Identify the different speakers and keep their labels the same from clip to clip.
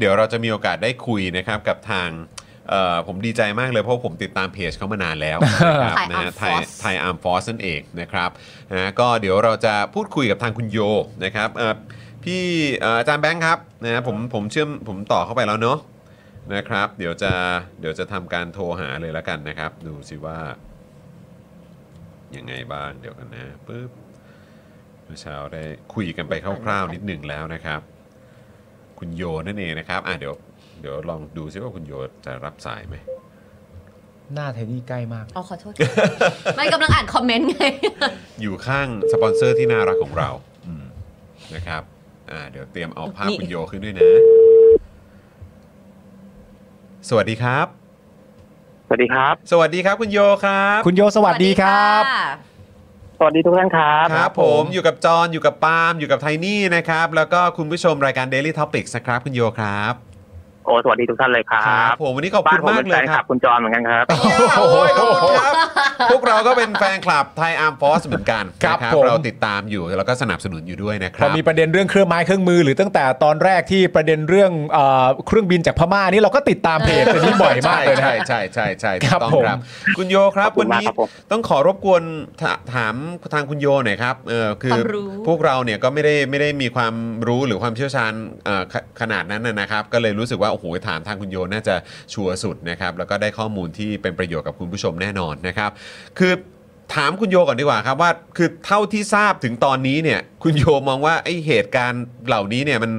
Speaker 1: เดี๋ยวเราจะมีโอกาสได้คุยนะครับกับทางเอ่อผมดีใจมากเลยเพราะผมติดตามเพจเขามานานแล้วนะครับ
Speaker 2: Thai
Speaker 1: นะฮะ
Speaker 2: Armed
Speaker 1: ไทย
Speaker 2: Force
Speaker 1: ไทยอาร์มฟอสนั่นเองนะครับนะฮะก็เดี๋ยวเราจะพูดคุยกับทางคุณโยนะครับเอ่อพี่เอ่ออาจารย์แบงค์ครับนะฮะผมผมเชื่อมผมต่อเข้าไปแล้วเนาะนะครับ เดี๋ยวจะเดี๋ยวจะทำการโทรหาเลยละกันนะครับ ดูสิว่ายังไงบ้างเดี๋ยวกันนะปึ๊บเมื่อเช้าได้คุยกันไปคร่าวๆนิดหนึ่งแล้วนะครับ คุณโยนั่นเองนะครับ อ่ะเดี๋ยว เดี๋ยวลองดูซิว่าคุณโยจะรับสายไหม
Speaker 3: หน้าเทนี่ใกล้มาก
Speaker 2: อ๋อขอโทษค่ะไม่กำลังอ่านคอมเมนต์ไง
Speaker 1: อยู่ข้างสปอนเซอร์ที่น่ารักของเราอืมนะครับ อ่า เดี๋ยวเตรียมเอาภาพ
Speaker 2: นี่
Speaker 1: คุณโยขึ้นด้วยนะ สวัสดีครับ
Speaker 4: สวัสดีครับ
Speaker 1: สวัสดีครับคุณโยครับ
Speaker 3: คุณโยสวัสดีครับ
Speaker 2: ะ
Speaker 4: สวัสดีทุกท่านครับ
Speaker 1: ครับ ผ
Speaker 3: ผม ม
Speaker 1: อยู่กับจอนอยู่กับปาล์มอยู่กับไทนี่นะครับ แล้วก็คุณผู้ชมรายการ Daily Topics นะครับคุณโยครับ
Speaker 4: โอ้ สวัสดีทุกท่านเลยครั
Speaker 1: ครับ ผมวันนี้ขอบ
Speaker 4: บ้า
Speaker 1: คุณ
Speaker 4: นผม
Speaker 1: มาก
Speaker 4: เป็น
Speaker 1: เล
Speaker 4: แฟ
Speaker 1: ยค
Speaker 4: นค
Speaker 1: รั
Speaker 4: ลั
Speaker 1: บ
Speaker 4: บคุณจอนเหมือนกันครับ
Speaker 1: โอ้ยขอบคุณครับ พวกเราก็เป็นแฟนคลับไทยอาร์มฟอสเหมือนกัน
Speaker 3: ครับ
Speaker 1: นะ
Speaker 3: ผม
Speaker 1: เราติดตามอยู่แล้วก็สนับสนุนอยู่ด้วยนะค
Speaker 3: พ
Speaker 1: รั
Speaker 3: อบ มีประเด็นเรื่องเครื่องไม้เครื่องมือหรือตั้งแต่ตอนแรกที่ประเด็นเรื่องเอ่อเครื่องบินจากพม่านี่เราก็ติดตามเพจอันนี้บ่อยมากเลยนะ
Speaker 1: ใช่ใช่ใช่ใช่ใช่
Speaker 3: ครับ
Speaker 1: ถูกต้องค
Speaker 3: ผม
Speaker 1: รับคุณโยครับ
Speaker 4: ขอบคุ
Speaker 1: วัน
Speaker 4: ณมาก
Speaker 1: นี้
Speaker 4: ครับผม
Speaker 1: ต้องขอรบกวนถาถามทางคุณโยหน่อยครับเออคือ
Speaker 2: ความรู้
Speaker 1: พวกเราเนี่ยก็ไม่ได้ไม่ได้มีความรู้หรือความเชี่ยวชาญเอ่อขขนาดนั้นนะนะครับ ก็เลยรู้สึกว่าโอ้โหถามทางคุณโยน่าจะชัวร์สุดนะครับแล้วก็ได้ข้อมูลที่เป็นประโยชน์กับคุณผู้ชมแน่นอนนะครับ คือถามคุณโยก่อนดีกว่าครับว่า คือเท่าที่ทราบถึงตอนนี้เนี่ยคุณโยมองว่าไอ้เหตุการณ์เหล่านี้เนี่ยมัน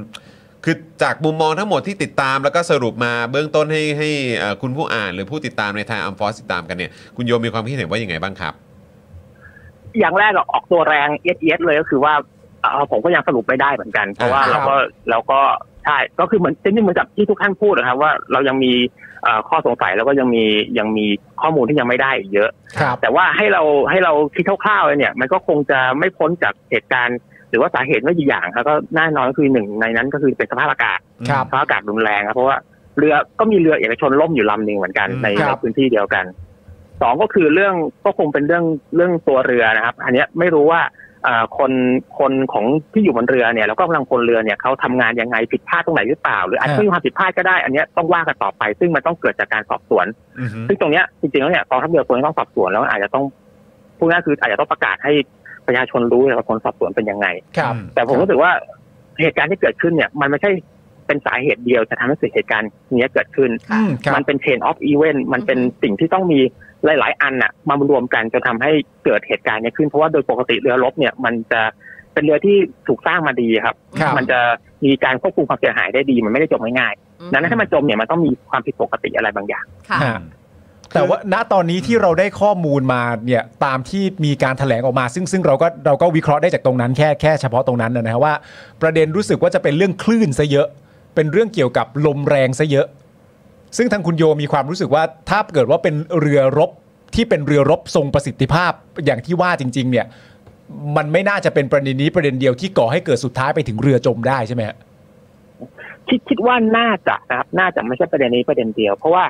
Speaker 1: คือจากมุมมองทั้งหมดที่ติดตามแล้วก็สรุปมาเบื้องต้นให้ให้เอ่อคุณผู้อ่านหรือผู้ติดตามในทางอัมฟอสติดตามกันเนี่ย คุณโยมมีความคิดเห็นว่ายังไงบ้างครับ
Speaker 4: อย่างแรกอะออกตัวแรงเอียดเอียดๆเลยก็คือว่าเอ่อผมก็ยังสรุปไม่ได้เหมือนกัน เพราะว่า
Speaker 3: ครั
Speaker 4: เรา
Speaker 3: บ
Speaker 4: ก็เราก็ใช่ ก็คือเหมือนจริงๆเหมือนกับที่ทุกท่านพูดนะครับ ว่าเรายังมีเอ่อข้อสงสัยแล้วก็ยังมียังมีข้อมูลที่ยังไม่ได้อีกเยอะ
Speaker 3: ครับ
Speaker 4: แต่ว่าให้เราให้เราคิดคร่าวๆเลยเนี่ย มันก็คงจะไม่พ้นจากเหตุการณ์ หรือว่าสาเหตุไม่กี่อย่างครับก็แน่นอนก็คือหนึ่งในนั้นก็คือเป็นสภาพอากาศ
Speaker 3: ครับ
Speaker 4: สภาพอากาศรุนแรงครับเพราะว่าเรือก็มีเรือเอกชนล่มอยู่ลำหนึ่งเหมือนกัน
Speaker 1: อืม
Speaker 4: ใน
Speaker 3: ครั
Speaker 4: ใน
Speaker 3: บ
Speaker 4: พื้นที่เดียวกันสองก็คือเรื่องก็คงเป็นเรื่องเรื่องตัวเรือนะครับ อันเนี้ยไม่รู้ว่าเอ่อคนคนของที่อยู่บนเรือเนี่ยแล้วก็กำลังพลเรือเนี่ยเขาทำงานยังไงผิดพลาดตรงไหนหรือเปล่า หรืออาจจะไม่มีความผิดพลาดก็ได้ อันเนี้ยต้องว่ากันต่อไป ซึ่งมันต้องเกิดจากการสอบสวน
Speaker 1: อือฮึ
Speaker 4: ซึ่งตรงเนี้ยจริงๆแล้วเนี่ยกองทัพเรือควรจะต้องสอบสวนแล้วอาจจะต้องพูดง่ายๆคืออาจจะต้องประกาศให้ประชาชนรู้เลยว่าคนสอบสวนเป็นยังไง
Speaker 3: ครับ
Speaker 4: แต่ผมรู้สึกว่าเหตุการณ์ที่เกิดขึ้นเนี่ยมันไม่ใช่เป็นสาเหตุเดียวจะทำให้เกิดเหตุการณ์เนี้ยเกิดขึ้น
Speaker 3: อืมครับ
Speaker 4: มันเป็น chain of event มันเป็น
Speaker 2: อือฮึ
Speaker 4: สิ่งที่ต้องมีหลาย ๆ อันน่ะมารวมกันจนทำให้เกิดเหตุการณ์เนี้ยขึ้น เพราะว่าโดยปกติเรือรบเนี่ยมันจะเป็นเรือที่ถูกสร้างมาดีครับ
Speaker 3: ครับ
Speaker 4: มันจะมีการควบคุมความเสียหายได้ดี มันไม่ได้จมง่ายๆดังนั้นถ้ามันจมเนี่ยมันต้องมีความผิดปกติอะไรบางอย่าง
Speaker 2: ค่ะ
Speaker 3: ฮะแต่ว่าณตอนนี้ที่เราได้ข้อมูลมาเนี่ยตามที่มีการแถลงออกมา ซึ่งซึ่งเราก็เราก็วิเคราะห์ได้จากตรงนั้นแค่แค่เฉพาะตรงนั้นนะนะครับว่า ประเด็นรู้สึกว่าจะเป็นเรื่องคลื่นซะเยอะ เป็นเรื่องเกี่ยวกับลมแรงซะเยอะ ซึ่งทางคุณโยมีความรู้สึกว่าถ้าเกิดว่าเป็นเรือรบที่เป็นเรือรบทรงประสิทธิภาพอย่างที่ว่าจริง ๆ เนี่ย มันไม่น่าจะเป็นประเด็นนี้ประเด็นเดียวที่ก่อให้เกิดสุดท้ายไปถึงเรือจมได้ใช่ไหมฮะ
Speaker 4: คิดคิดว่าน่าจะนะครับน่าจะไม่ใช่ประเด็นนี้ประเด็นเดียว เพราะว่า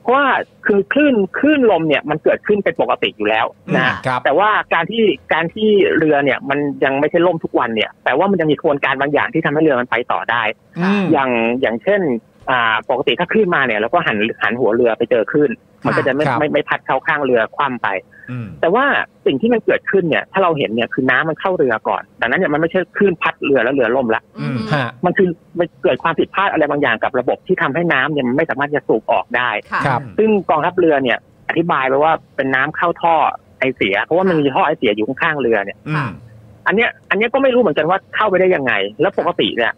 Speaker 4: เพราะว่าคือคลื่นคลื่นลมเนี่ยมันเกิดขึ้นเป็นปกติอยู่แล้วนะฮะ
Speaker 3: อืมครับ
Speaker 4: แต่ว่าการที่การที่เรือเนี่ยมันยังไม่ใช่ล่มทุกวันเนี่ยแปลว่ามันยังมีกระบวนการบางอย่างที่ทำให้เรือมันไปต่อได้
Speaker 3: อืม
Speaker 4: อย่างอย่างเช่นอ่าปกติถ้าคลื่นมาเนี่ยเราก็หันหันหัวเรือไปเจอคลื่นมันก็จะไม่
Speaker 3: ครับ
Speaker 4: ไม่ไม่พัดเข้าข้างเรือคว่ำไป
Speaker 1: อืม
Speaker 4: แต่ว่าสิ่งที่มันเกิดขึ้นเนี่ยถ้าเราเห็นเนี่ยคือน้ำมันเข้าเรือก่อนดังนั้นเนี่ยมันไม่ใช่คลื่นพัดเรือแล้วเรือล่มละ
Speaker 2: อืม
Speaker 3: ฮะ
Speaker 4: มันคือมันเกิดความผิดพลาดอะไรบางอย่างกับระบบที่ทำให้น้ำเนี่ยมันไม่สามารถจะสูบออกได้
Speaker 2: ค่ะ
Speaker 3: ครับ
Speaker 4: ซึ่งกองทัพเรือเนี่ย อธิบายไปว่าเป็นน้ำเข้าท่อไอเสีย เพราะว่ามันมีท่อไอเสียอยู่ข้างๆเรือเนี่ย
Speaker 1: อืม
Speaker 4: อันเนี้ยอันเนี้ยก็ไม่รู้เหมือนกันว่าเข้าไปได้ยังไง แล้วปกติเนี่ย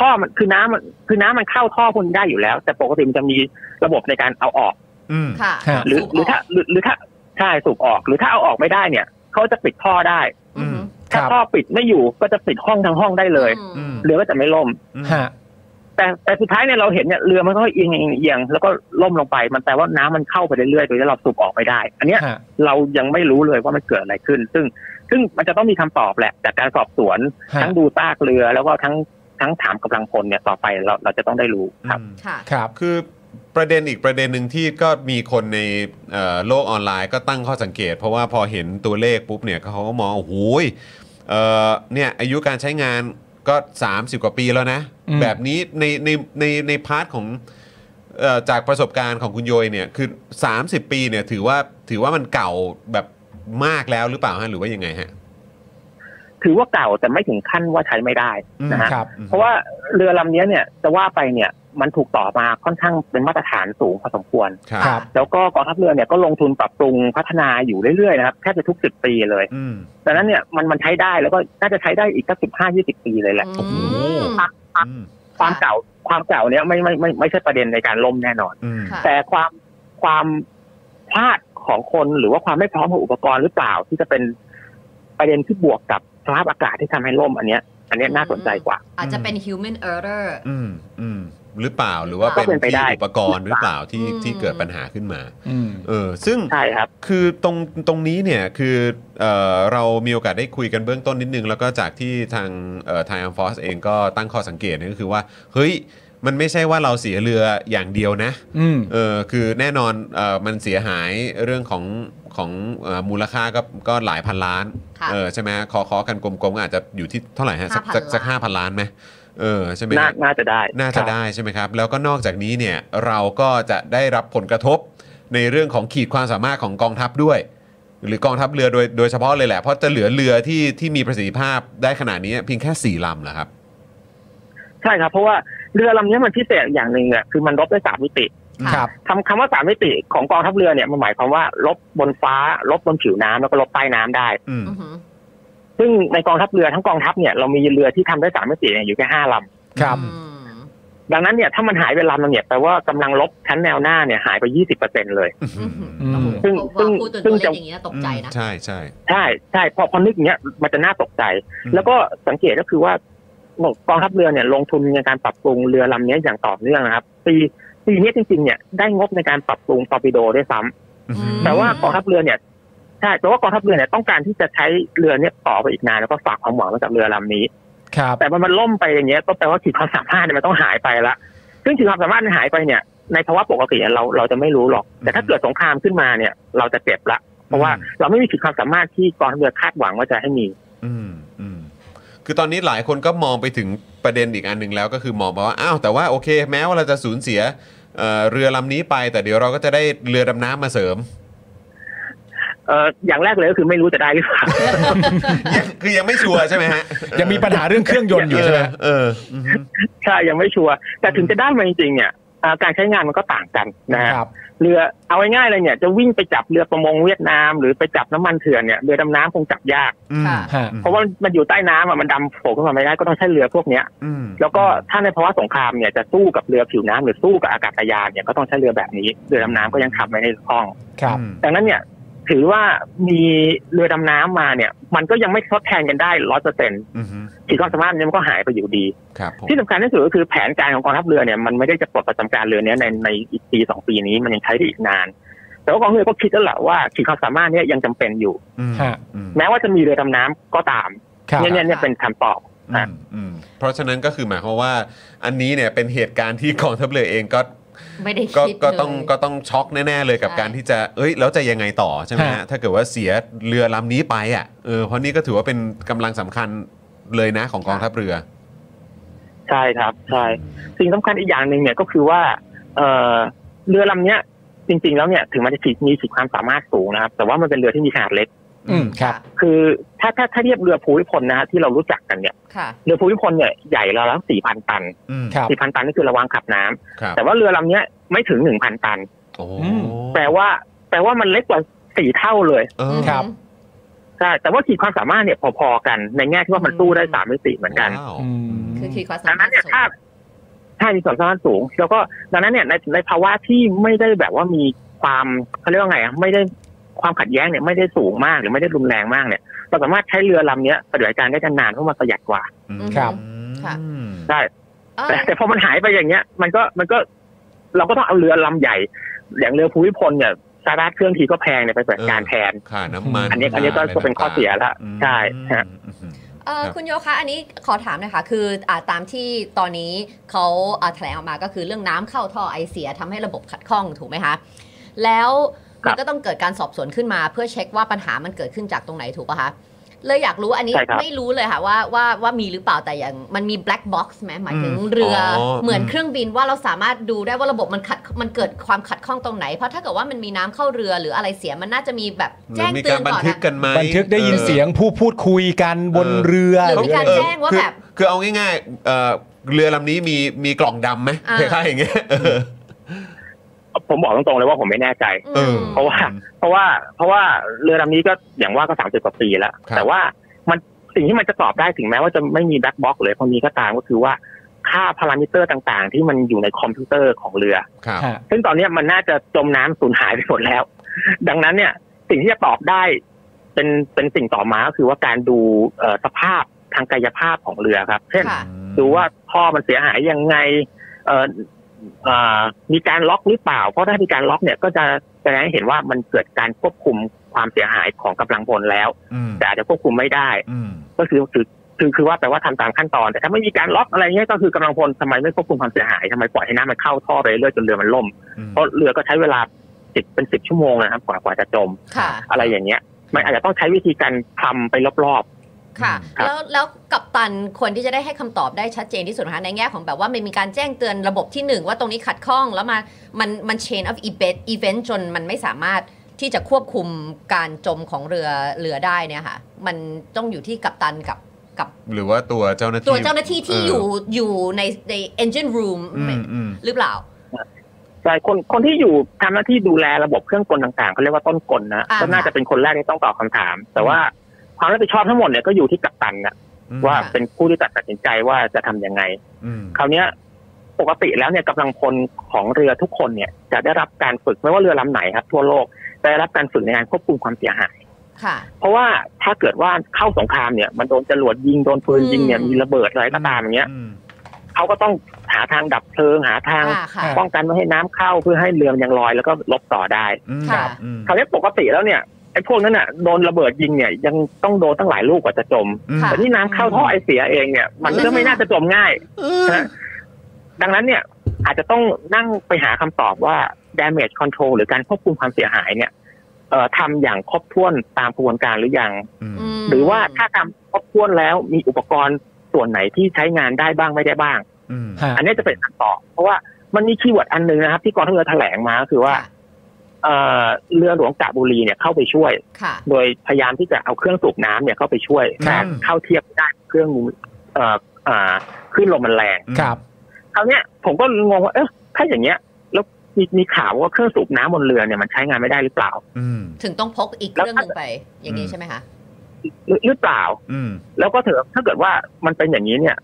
Speaker 4: ข้อมันคือน้ำมันคือน้ำมันเข้าท่อคุณได้อยู่แล้ว แต่ปกติมันจะมีระบบในการเอาออก
Speaker 1: อืม
Speaker 2: ค่ะ
Speaker 3: ฮะ
Speaker 4: หรือ
Speaker 2: สูบ
Speaker 4: หรือถ้าหรือหรือถ้าใช่สูบออก หรือถ้าเอาออกไม่ได้เนี่ยเขาจะปิดท่อได้
Speaker 2: อืม
Speaker 3: ค
Speaker 4: ถ้า
Speaker 3: รับ
Speaker 4: ท่อปิดไม่อยู่ก็จะปิดห้องทั้งห้องได้เลย
Speaker 1: อืม
Speaker 4: เรือก็จะไม่ล่ม
Speaker 3: ฮะ
Speaker 4: แต่แต่สุดท้ายเนี่ยเราเห็นเนี่ยเรือมันก็เอียงเอียงเอียงแล้วก็ล่มลงไป มันแปลว่าน้ำมันเข้าไปเรื่อยๆโดยที่เราสูบออกไม่ได้ อันเนี้ย
Speaker 3: ฮะ
Speaker 4: เรายังไม่รู้เลยว่ามันเกิดอะไรขึ้น ซึ่งซึ่งมันจะต้องมีคำตอบแหละจากการสอบสวน
Speaker 3: ฮะ
Speaker 4: ทั้งดูซากเรือแล้วก็ทั้งทั้งถามกำลังพลเนี่ยต่อไปเราเราจะต้องได้รู้ครับ
Speaker 1: อืม
Speaker 2: ค่ะ
Speaker 3: ครับ
Speaker 1: คือประเด็นอีกประเด็นหนึ่งที่ก็มีคนในเอ่อโลกออนไลน์ก็ตั้งข้อสังเกต เพราะว่าพอเห็นตัวเลขปุ๊บเนี่ยเขาก็มองโอ้โหยเอ่อเนี่ยอายุการใช้งานก็ 30 กว่าปีแล้วนะ
Speaker 3: อืม
Speaker 1: แบบนี้ในในในในพาร์ทของเอ่อจากประสบการณ์ของคุณโยยเนี่ยคือ 30 ปีเนี่ยถือว่าถือว่ามันเก่าแบบมากแล้วหรือเปล่าฮะหรือว่ายังไงฮะ
Speaker 4: ถือว่าเก่าแต่ไม่ถึงขั้นว่าใช้ไม่ได้นะฮะ
Speaker 3: ครับ
Speaker 4: เพราะว่าเรือลำเนี้ยเนี่ยจะว่าไปเนี่ยมันถูกต่อมาค่อนข้างเป็นมาตรฐานสูงพอสมควร
Speaker 1: ครับ
Speaker 3: ครับ
Speaker 4: แล้วก็กองทัพเรือเนี่ยก็ลงทุนปรับปรุงพัฒนาอยู่เรื่อยๆนะครับแทบจะทุกสิบปีเลย
Speaker 1: อืม
Speaker 4: ดังนั้นเนี่ยมันมันใช้ได้แล้วก็น่าจะใช้ได้อีกสักสิบห้ายี่สิบปีเลยแหละ
Speaker 1: โอ้โห
Speaker 2: ม
Speaker 1: อืม
Speaker 4: ความเก่าความเก่าเนี่ยไม่ไม่ไม่ไม่ใช่ประเด็นในการล่มแน่นอน
Speaker 1: อืม
Speaker 2: ค่ะ
Speaker 4: แต่ความความพลาดของคนหรือว่าความไม่พร้อมของอุปกรณ์หรือเปล่า ที่จะเป็นประเด็นที่บวกกับสภาพอากาศที่ทำให้ล่มอันเนี้ย อันเนี้ยน่าสนใจกว่า
Speaker 2: อาจจะเป็น human error
Speaker 1: อืมอืมหรือเปล่าหรือว่า
Speaker 4: ก็
Speaker 1: เป็น
Speaker 4: เป็นไป
Speaker 1: ที่
Speaker 4: ได้
Speaker 1: อุปกรณ์หรือเปล่าที่
Speaker 2: อืม
Speaker 1: ที่เกิดปัญหาขึ้นมา
Speaker 3: อืม
Speaker 1: เออซึ่ง
Speaker 4: ใช่ครับ
Speaker 1: คือตรงตรงนี้เนี่ยคือเออเรามีโอกาสได้คุยกันเบื้องต้นนิดนึง แล้วก็จากที่ทางไทม์ฟอสเองก็ตั้งข้อสังเกตเนี่ยก็คือว่า เฮ้ย มันไม่ใช่ว่าเราเสียเรืออย่างเดียวนะ
Speaker 3: อืม
Speaker 1: เออคือแน่นอนเออมันเสียหายเรื่องของของเอ่อมูลค่าก็ก็หลายพันล้าน
Speaker 2: ค่ะ
Speaker 1: เออใช่ไหมคอคอกันกลมๆก็อาจจะอยู่ที่เท่าไหร่ฮะสัก
Speaker 2: 5,000
Speaker 1: สักสัก
Speaker 2: ล้าน
Speaker 1: ห้าพันล้านไหมเออใช่ไหม
Speaker 4: น่า
Speaker 1: ฮะ
Speaker 4: น่าจะได้
Speaker 1: น่าจะได้ใช่ไหมครับ แล้วก็นอกจากนี้เนี่ยเราก็จะได้รับผลกระทบในเรื่องของขีดความสามารถของกองทัพด้วย หรือกองทัพเรือโดยโดยเฉพาะเลยแหละ เพราะจะเหลือเรือที่ที่มีประสิทธิภาพได้ขนาดนี้เพียงแค่สี่ลำเหรอครับ
Speaker 4: ใช่ครับ เพราะว่าเรือลำเนี้ยมันพิเศษอย่างหนึ่งเนี่ยคือมันรบด้วยสามมิติ
Speaker 3: ครับ
Speaker 4: คำคำว่าสามมิติของกองทัพเรือเนี่ยมันหมายความว่ารบบนฟ้า รบบนผิวน้ำแล้วก็รบใต้น้ำได้
Speaker 1: อืม
Speaker 2: อือหือ
Speaker 4: ซึ่งในกองทัพเรือทั้งกองทัพเนี่ยเรามีเรือที่ทำได้สามมิติเนี่ยอยู่แค่ห้าล
Speaker 3: ครับ
Speaker 2: อืม
Speaker 4: ำดังนั้นเนี่ยถ้ามันหายไปลำนึงเนี่ยแปลว่ากำลังรบชั้นแนวหน้าเนี่ยหายไปยี่สิบเปอร์เซ็นเลย
Speaker 2: อือหือ
Speaker 3: อืม
Speaker 2: โอ้โห
Speaker 4: ซึ่งซึ่ง
Speaker 2: พูดจน
Speaker 4: ซึ่
Speaker 2: ตัว
Speaker 4: ง
Speaker 2: เล
Speaker 4: จะ
Speaker 2: ขอย่างเงี้ยตกใจนะ
Speaker 1: ใช่ใช่
Speaker 4: ใช่ใช่พอพอนึกอย่างเงี้ยมันจะน่าตกใจ
Speaker 1: อืม
Speaker 4: แล้วก็สังเกตก็คือว่ากองทัพเรือเนี่ยลงทุนในการปรับปรุงเรือลำเนี้ยอย่างต่อเนื่องนะครับ ปีปีเนี้ยจริงๆเนี่ยได้งบในการปรับปรุงตอร์ปิโดด้วยซ้ำ
Speaker 1: อืม
Speaker 4: แต่ว่ากองทัพเรือเนี่ยใช่แต่ว่ากองทัพเรือเนี่ยต้องการที่จะใช้เรือเนี่ยต่อไปอีกนานแล้วก็ฝากความหวังไว้กับเรือลำนี้
Speaker 3: ครับ
Speaker 4: แต่มันมันล่มไปอย่างเงี้ยก็แปลว่าขีดความสามารถเนี่ยมันต้องหายไปละซึ่งขีดความสามารถมันหายไปเนี่ย ในภาวะปกติเนี่ยเราเราจะไม่รู้หรอก แต่ถ้าเกิดสงครามขึ้นมาเนี่ย เราจะเจ็บละ เพราะว่าเราไม่มีขีดความสามารถที่กองทัพเรือคาดหวังว่าจะให้มี
Speaker 1: อืมอืมคือตอนนี้หลายคนก็มองไปถึงประเด็นอีกอันหนึ่งแล้วก็คือมองไปว่าอ้าวแต่ว่าโอเค แม้ว่าเราจะสูญเสียเอ่อเรือลำนี้ไป แต่เดี๋ยวเราก็จะได้เรือดำน้ำมาเสริม
Speaker 4: เอ่ออย่างแรกเลยก็คือไม่รู้จะได้หรือเปล่ า
Speaker 1: ยังคือยังไม่ชัวร์ใช่ไหมฮะ
Speaker 3: ยังมีปัญหาเรื่องเครื่องยนต์อยู่ใช่ไหม
Speaker 1: เออเอออือฮึ
Speaker 4: ใช่ยังไม่ชัวร์แต่ถึงจะได้มาจริงๆเนี่ยอ่าการใช้งานมันก็ต่างกันนะฮะ
Speaker 3: ครับ
Speaker 4: เรือเอาง่ายๆเลยเนี่ยจะวิ่งไปจับเรือประมงเวียดนาม หรือไปจับน้ำมันเถื่อนเนี่ยเรือดำน้ำคงจับยาก
Speaker 1: อืม
Speaker 2: ค่ะ
Speaker 3: ฮะ
Speaker 4: เพราะว่ามันอยู่ใต้น้ำอ่ะมันดำโผล่ขึ้นมาไม่ได้ก็ต้องใช้เรือพวกเนี้ย
Speaker 1: อืม
Speaker 4: แล้วก็ถ้าในภาวะสงครามเนี่ยจะสู้กับเรือผิวน้ำหรือสู้กับอากาศยานเนี่ยก็ต้องใช้เรือแบบนี้เรือดำน้ำก็ยังขับไม่ได้คล่อง
Speaker 3: ครับ
Speaker 1: อืม
Speaker 4: ดังนั้นเนี่ยถือว่ามีเรือดำน้ำมาเนี่ย มันก็ยังไม่ทดแทนกันได้ร้อยเปอร์เซ็นต์
Speaker 1: อือฮึ
Speaker 4: ขีดความสามารถเนี่ยมันก็หายไปอยู่ดี
Speaker 1: ครับผม
Speaker 4: ที่สำคัญที่สุดก็คือแผนการของกองทัพเรือเนี่ยมันไม่ได้จะปลดประจำการเรือเนี้ยในในอีกปีสองปีนี้มันยังใช้ได้อีกนาน แต่ว่ากองทัพเรือก็คิดแล้วแหละว่าขีดความสามารถเนี่ยยังจำเป็นอยู่
Speaker 1: อืม
Speaker 3: ฮะ
Speaker 1: อืม
Speaker 4: แม้ว่าจะมีเรือดำน้ำก็ตาม
Speaker 3: ครับ
Speaker 4: เนี่ยเนี่ยเนี่ยเป็นคำตอบ
Speaker 1: อืมอืมเพราะฉะนั้นก็คือหมายความว่า อันนี้เนี่ยเป็นเหตุการณ์ที่กองทัพเรือเองก็
Speaker 2: ไม่ได้
Speaker 1: ก็
Speaker 2: คิด
Speaker 1: ก็
Speaker 2: เลย
Speaker 1: ต้องก็ต้องช็อกแน่ๆเลยกับ
Speaker 2: ใช่
Speaker 1: การที่จะเอ้ยแล้วจะยังไงต่อใช่ไหมฮะ
Speaker 3: ฮะ
Speaker 1: ถ้าเกิดว่าเสียเรือลำนี้ไปอ่ะเออเพราะนี่ก็ถือว่าเป็นกำลังสำคัญเลยนะของกองทัพเรือ
Speaker 4: ใช่ครับใช่สิ่งสำคัญอีกอย่างหนึ่งเนี่ยก็คือว่าเอ่อเรือลำเนี้ยจริง ๆ แล้วเนี่ยถึงมันจะขีดมีขีดความสามารถสูงนะครับ แต่ว่ามันเป็นเรือที่มีขนาดเล็ก
Speaker 3: อืม ครับ
Speaker 4: คือถ้าถ้าถ้าเทียบเรือภูมิพลนะฮะที่เรารู้จักกันเนี่ย
Speaker 2: ค่ะ
Speaker 4: เรือภูมิพลเนี่ยใหญ่แล้วแล้วสี่พันตัน
Speaker 1: อืม
Speaker 3: ครับ
Speaker 4: สี่พันตันนี่คือระวางขับน้ำ
Speaker 1: ครับ
Speaker 4: แต่ว่าเรือลำเนี้ยไม่ถึงหนึ่งพันตัน
Speaker 1: โอ้
Speaker 3: อืม
Speaker 4: แปลว่าแปลว่ามันเล็กกว่าสี่เท่าเลย
Speaker 1: เออ
Speaker 3: ครับ
Speaker 4: ใช่แต่ว่าขีดความสามารถเนี่ยพอๆกัน ในแง่ที่ว่ามัน
Speaker 2: อืม
Speaker 4: สู้ได้สามมิติเหมือนกัน
Speaker 1: ว้าว
Speaker 3: อืม
Speaker 2: คือขีดความสา
Speaker 4: ดัง
Speaker 2: มา
Speaker 4: นั้
Speaker 2: ร
Speaker 4: น
Speaker 2: ถ
Speaker 4: เนี่ย
Speaker 2: สูง
Speaker 4: ถ้าถ้ามีความสามารถสูง แล้วก็ดังนั้นเนี่ยในในภาวะที่ไม่ได้แบบว่ามีความเขาเรียกว่าไงอะไม่ได้ความขัดแย้งเนี่ยไม่ได้สูงมากหรือไม่ได้รุนแรงมากเนี่ยเราสามารถใช้เรือลำเนี้ยปฏิบัติการได้กันนานเพราะมันประหยัดกว่า
Speaker 1: อืม
Speaker 3: ครับ
Speaker 1: อืม
Speaker 4: ใช่
Speaker 2: เออ
Speaker 4: แต่แต่พอมันหายไปอย่างเงี้ย มันก็มันก็เราก็ต้องเอาเรือลำใหญ่ อย่างเรือภูมิพลเนี่ยสาราเครื่องทีก็แพงเนี่ยไปปฏิบัติการแทน
Speaker 1: ค่าน้ำมัน
Speaker 4: อันนี้อันนี้ก็
Speaker 1: ค่าะไร
Speaker 4: ก็เป็นข้อเสียละ
Speaker 1: ต่างๆ
Speaker 4: ใช่ฮะ
Speaker 1: อืมอืม
Speaker 2: เออ
Speaker 1: ครับ
Speaker 2: คุณโยคะ อันนี้ขอถามหน่อยค่ะ คืออ่าตามที่ตอนนี้เขาอ่าแถลงออกมาก็คือเรื่องน้ำเข้าท่อไอเสียทำให้ระบบขัดข้องถูกไหมคะ แล้ว
Speaker 4: ครั
Speaker 2: มัน
Speaker 4: บ
Speaker 2: ก็ต้องเกิดการสอบสวนขึ้นมา เพื่อเช็คว่าปัญหามันเกิดขึ้นจากตรงไหนถูกปะคะ เลยอยากรู้อันนี้
Speaker 4: ใช่ครับ
Speaker 2: ไม่รู้เลยค่ะว่าว่าว่ามีหรือเปล่าแต่อย่างมันมี black box ไหมหมายถึงเรืออ
Speaker 1: อ
Speaker 2: เหมือนเครื่องบินว่าเราสามารถดูได้ว่าระบบมันขัดมันเกิดความขัดข้องตรงไหน เพราะถ้าเกิดว่ามันมีน้ำเข้าเรือหรืออะไรเสียมันน่าจะมีแบบ
Speaker 1: หรือ
Speaker 2: แจ้ง
Speaker 1: มี
Speaker 2: เตื
Speaker 1: กา
Speaker 2: อ
Speaker 1: ร
Speaker 2: น
Speaker 1: บัน
Speaker 2: ก่อน
Speaker 1: ทึก
Speaker 2: อะ
Speaker 1: กันไหม
Speaker 3: บันทึกได้ยินเสียงผู้พูดคุยกันบนเรือ
Speaker 2: หรือมี
Speaker 3: ะ
Speaker 2: กา
Speaker 3: ไร
Speaker 2: ร
Speaker 3: เงี้ย
Speaker 2: แจ้งว่า
Speaker 1: คือ
Speaker 2: แบบ
Speaker 1: คือเอาง่ายๆเอ่อเรือลำนี้มีมีกล่องดำไหม
Speaker 2: อ่า
Speaker 1: คล้ายๆอย่างเงี้ยเออ
Speaker 4: ผมบอกตรงๆเลยว่าผมไม่แน่ใจ
Speaker 1: เออ
Speaker 4: เพราะว่า เพราะว่าเพราะว่าเรือลำนี้ก็อย่างว่าก็สามสิบกว่าปีแล้ว
Speaker 1: ครับ
Speaker 4: แต่ว่ามันสิ่งที่มันจะตอบได้ถึงแม้ว่าจะไม่มีแบ็กบ็อกเลยพวกนี้ก็ตามก็คือว่าค่าพารามิเตอร์ต่างๆ ที่มันอยู่ในคอมพิวเตอร์ของเรือ
Speaker 1: ครับ
Speaker 3: ฮะ
Speaker 4: ซึ่งตอนเนี้ยมันน่าจะจมน้ำสูญหายไปหมดแล้ว ดังนั้นเนี่ยสิ่งที่จะตอบได้ เป็นเป็นสิ่งต่อมาก็คือว่าการดูเอ่อสภาพทางกายภาพของเรือครับ เช่น
Speaker 2: ค่ะ
Speaker 4: ดูว่าท่อมันเสียหายยังไงเอ่อเอ่อมีการล็อกหรือเปล่า เพราะถ้ามีการล็อกเนี่ยก็จะแสดงให้เห็นว่ามันเกิดการควบคุมความเสียหายของกำลังพลแล้ว
Speaker 1: อืม
Speaker 4: แต่อาจจะควบคุมไม่ได้
Speaker 1: อืม
Speaker 4: ก็คือคือคือคือว่าแปลว่าทำตามขั้นตอน แต่ถ้าไม่มีการล็อกอะไรเงี้ยก็คือกำลังพลทำไมไม่ควบคุมความเสียหายทำไมปล่อยให้น้ำมันเข้าท่อไปเรื่อยจนเรือมันล่ม
Speaker 1: อืม
Speaker 4: เพราะเรือก็ใช้เวลาสิบเป็นสิบชั่วโมงนะครับกว่ากว่าจะจม
Speaker 2: ค่ะ
Speaker 4: อะไรอย่างเงี้ย มันอาจจะต้องใช้วิธีการทำไปรอบ
Speaker 2: ค่ะ
Speaker 4: ครับ
Speaker 2: แล้วแล้วกัปตันคนที่จะได้ให้คำตอบได้ชัดเจนที่สุดนะคะในแง่ของแบบว่ามันมีการแจ้งเตือนระบบที่หนึ่งว่าตรงนี้ขัดข้องแล้วมามันมัน chain of event event จนมันไม่สามารถที่จะควบคุมการจมของเรือเรือได้เนี่ยค่ะ มันต้องอยู่ที่กัปตันกับกับ
Speaker 1: หรือว่าตัวเจ้าหน้าที่
Speaker 2: ตัวเจ้าหน้าที่ที่อยู่
Speaker 1: เ
Speaker 2: อยู่ในใน engine room
Speaker 1: ออืมอืม
Speaker 2: หรือเปล่า
Speaker 4: ๆแต่คนคนที่อยู่ทำหน้าที่ดูแลระบบเครื่องกลต่างๆเขาเรียกว่าต้นกลนะ
Speaker 2: อ่า
Speaker 4: ก็น่าจะเป็นคนแรกที่ต้องตอบคำถาม แต่ว่าความรับผิดชอบทั้งหมดเนี่ยก็อยู่ที่กัปตันนะ
Speaker 1: อืม
Speaker 4: ว่าเป็นผู้ที่ตัดสินใจว่าจะทำยังไง
Speaker 1: อืม
Speaker 4: คราวเนี้ยปกติแล้วเนี่ยกำลังพลของเรือทุกคนเนี่ยจะได้รับการฝึกไม่ว่าเรือลำไหนครับทั่วโลกจะได้รับการฝึกในการควบคุมความเสียหาย
Speaker 2: ค่ะ
Speaker 4: เพราะว่าถ้าเกิดว่าเข้าสงครามเนี่ยมันโดนจรวดยิงโดนปืนยิงเนี่ย
Speaker 2: อืม
Speaker 4: มีระเบิดอะไรก็ตามอย่างเงี้ย
Speaker 1: อืม
Speaker 4: เขาก็ต้องหาทางดับเพลิงหาทาง
Speaker 2: อ่าค่ะ
Speaker 4: ป้องกันไม่ให้น้ำเข้าเพื่อให้เรือมันยังลอยแล้วก็ลบต่อได้
Speaker 1: อืม
Speaker 2: ค่ะ
Speaker 1: อืม
Speaker 4: คราวนี้ปกติแล้วเนี่ยไอ้พวกนั้นน่ะโดนระเบิดยิงเนี่ยยังต้องโดนตั้งหลายลูกกว่าจะจม
Speaker 1: อืม
Speaker 2: ค่ะ
Speaker 4: แต่นี่น้ำเข้าท่อไอเสียเองเนี่ยมันก็ไม่น่าจะจมง่ายนะดังนั้นเนี่ยอาจจะต้องนั่งไปหาคำตอบว่า damage control หรือการควบคุมความเสียหายเนี่ยเอ่อทำอย่างครบถ้วนตามกระบวนการหรือยัง
Speaker 1: อืม
Speaker 2: ม
Speaker 4: หรือว่าถ้าทำครบถ้วนแล้วมีอุปกรณ์ส่วนไหนที่ใช้งานได้บ้างไม่ได้บ้าง
Speaker 1: อืม
Speaker 3: ฮะ
Speaker 4: อันนี้จะเป็นคำตอบเพราะว่ามันมีคีย์เวิร์ดอันหนึ่งนะครับ ที่กองทัพเรือแถลงมาก็คือว่าเอ่อเรือหลวงกระบุรีเนี่ยเข้าไปช่วย
Speaker 2: ค่ะ
Speaker 4: โดยพยายามที่จะเอาเครื่องสูบน้ำเนี่ยเข้าไปช่วยแต่เข้าเทียบไม่ได้เครื่องมือเอ่อเอ่อขึ้นลมมันแรง
Speaker 3: ครับ
Speaker 4: คราวเนี้ยผมก็งงว่าเอ๊ะถ้าอย่างเงี้ยแล้วมีมีข่าวว่าเครื่องสูบน้ำบนเรือเนี่ยมันใช้งานไม่ได้หรือเปล่า
Speaker 1: อืม
Speaker 2: ถึงต้องพกอีกเครื่องหนึ่งไปอย่างนี้ใช่ไหมคะ
Speaker 4: หรือหรือเปล่า
Speaker 1: อืม
Speaker 4: แล้วก็เถอะถ้าเกิดว่ามันเป็นอย่างนี้เนี่ย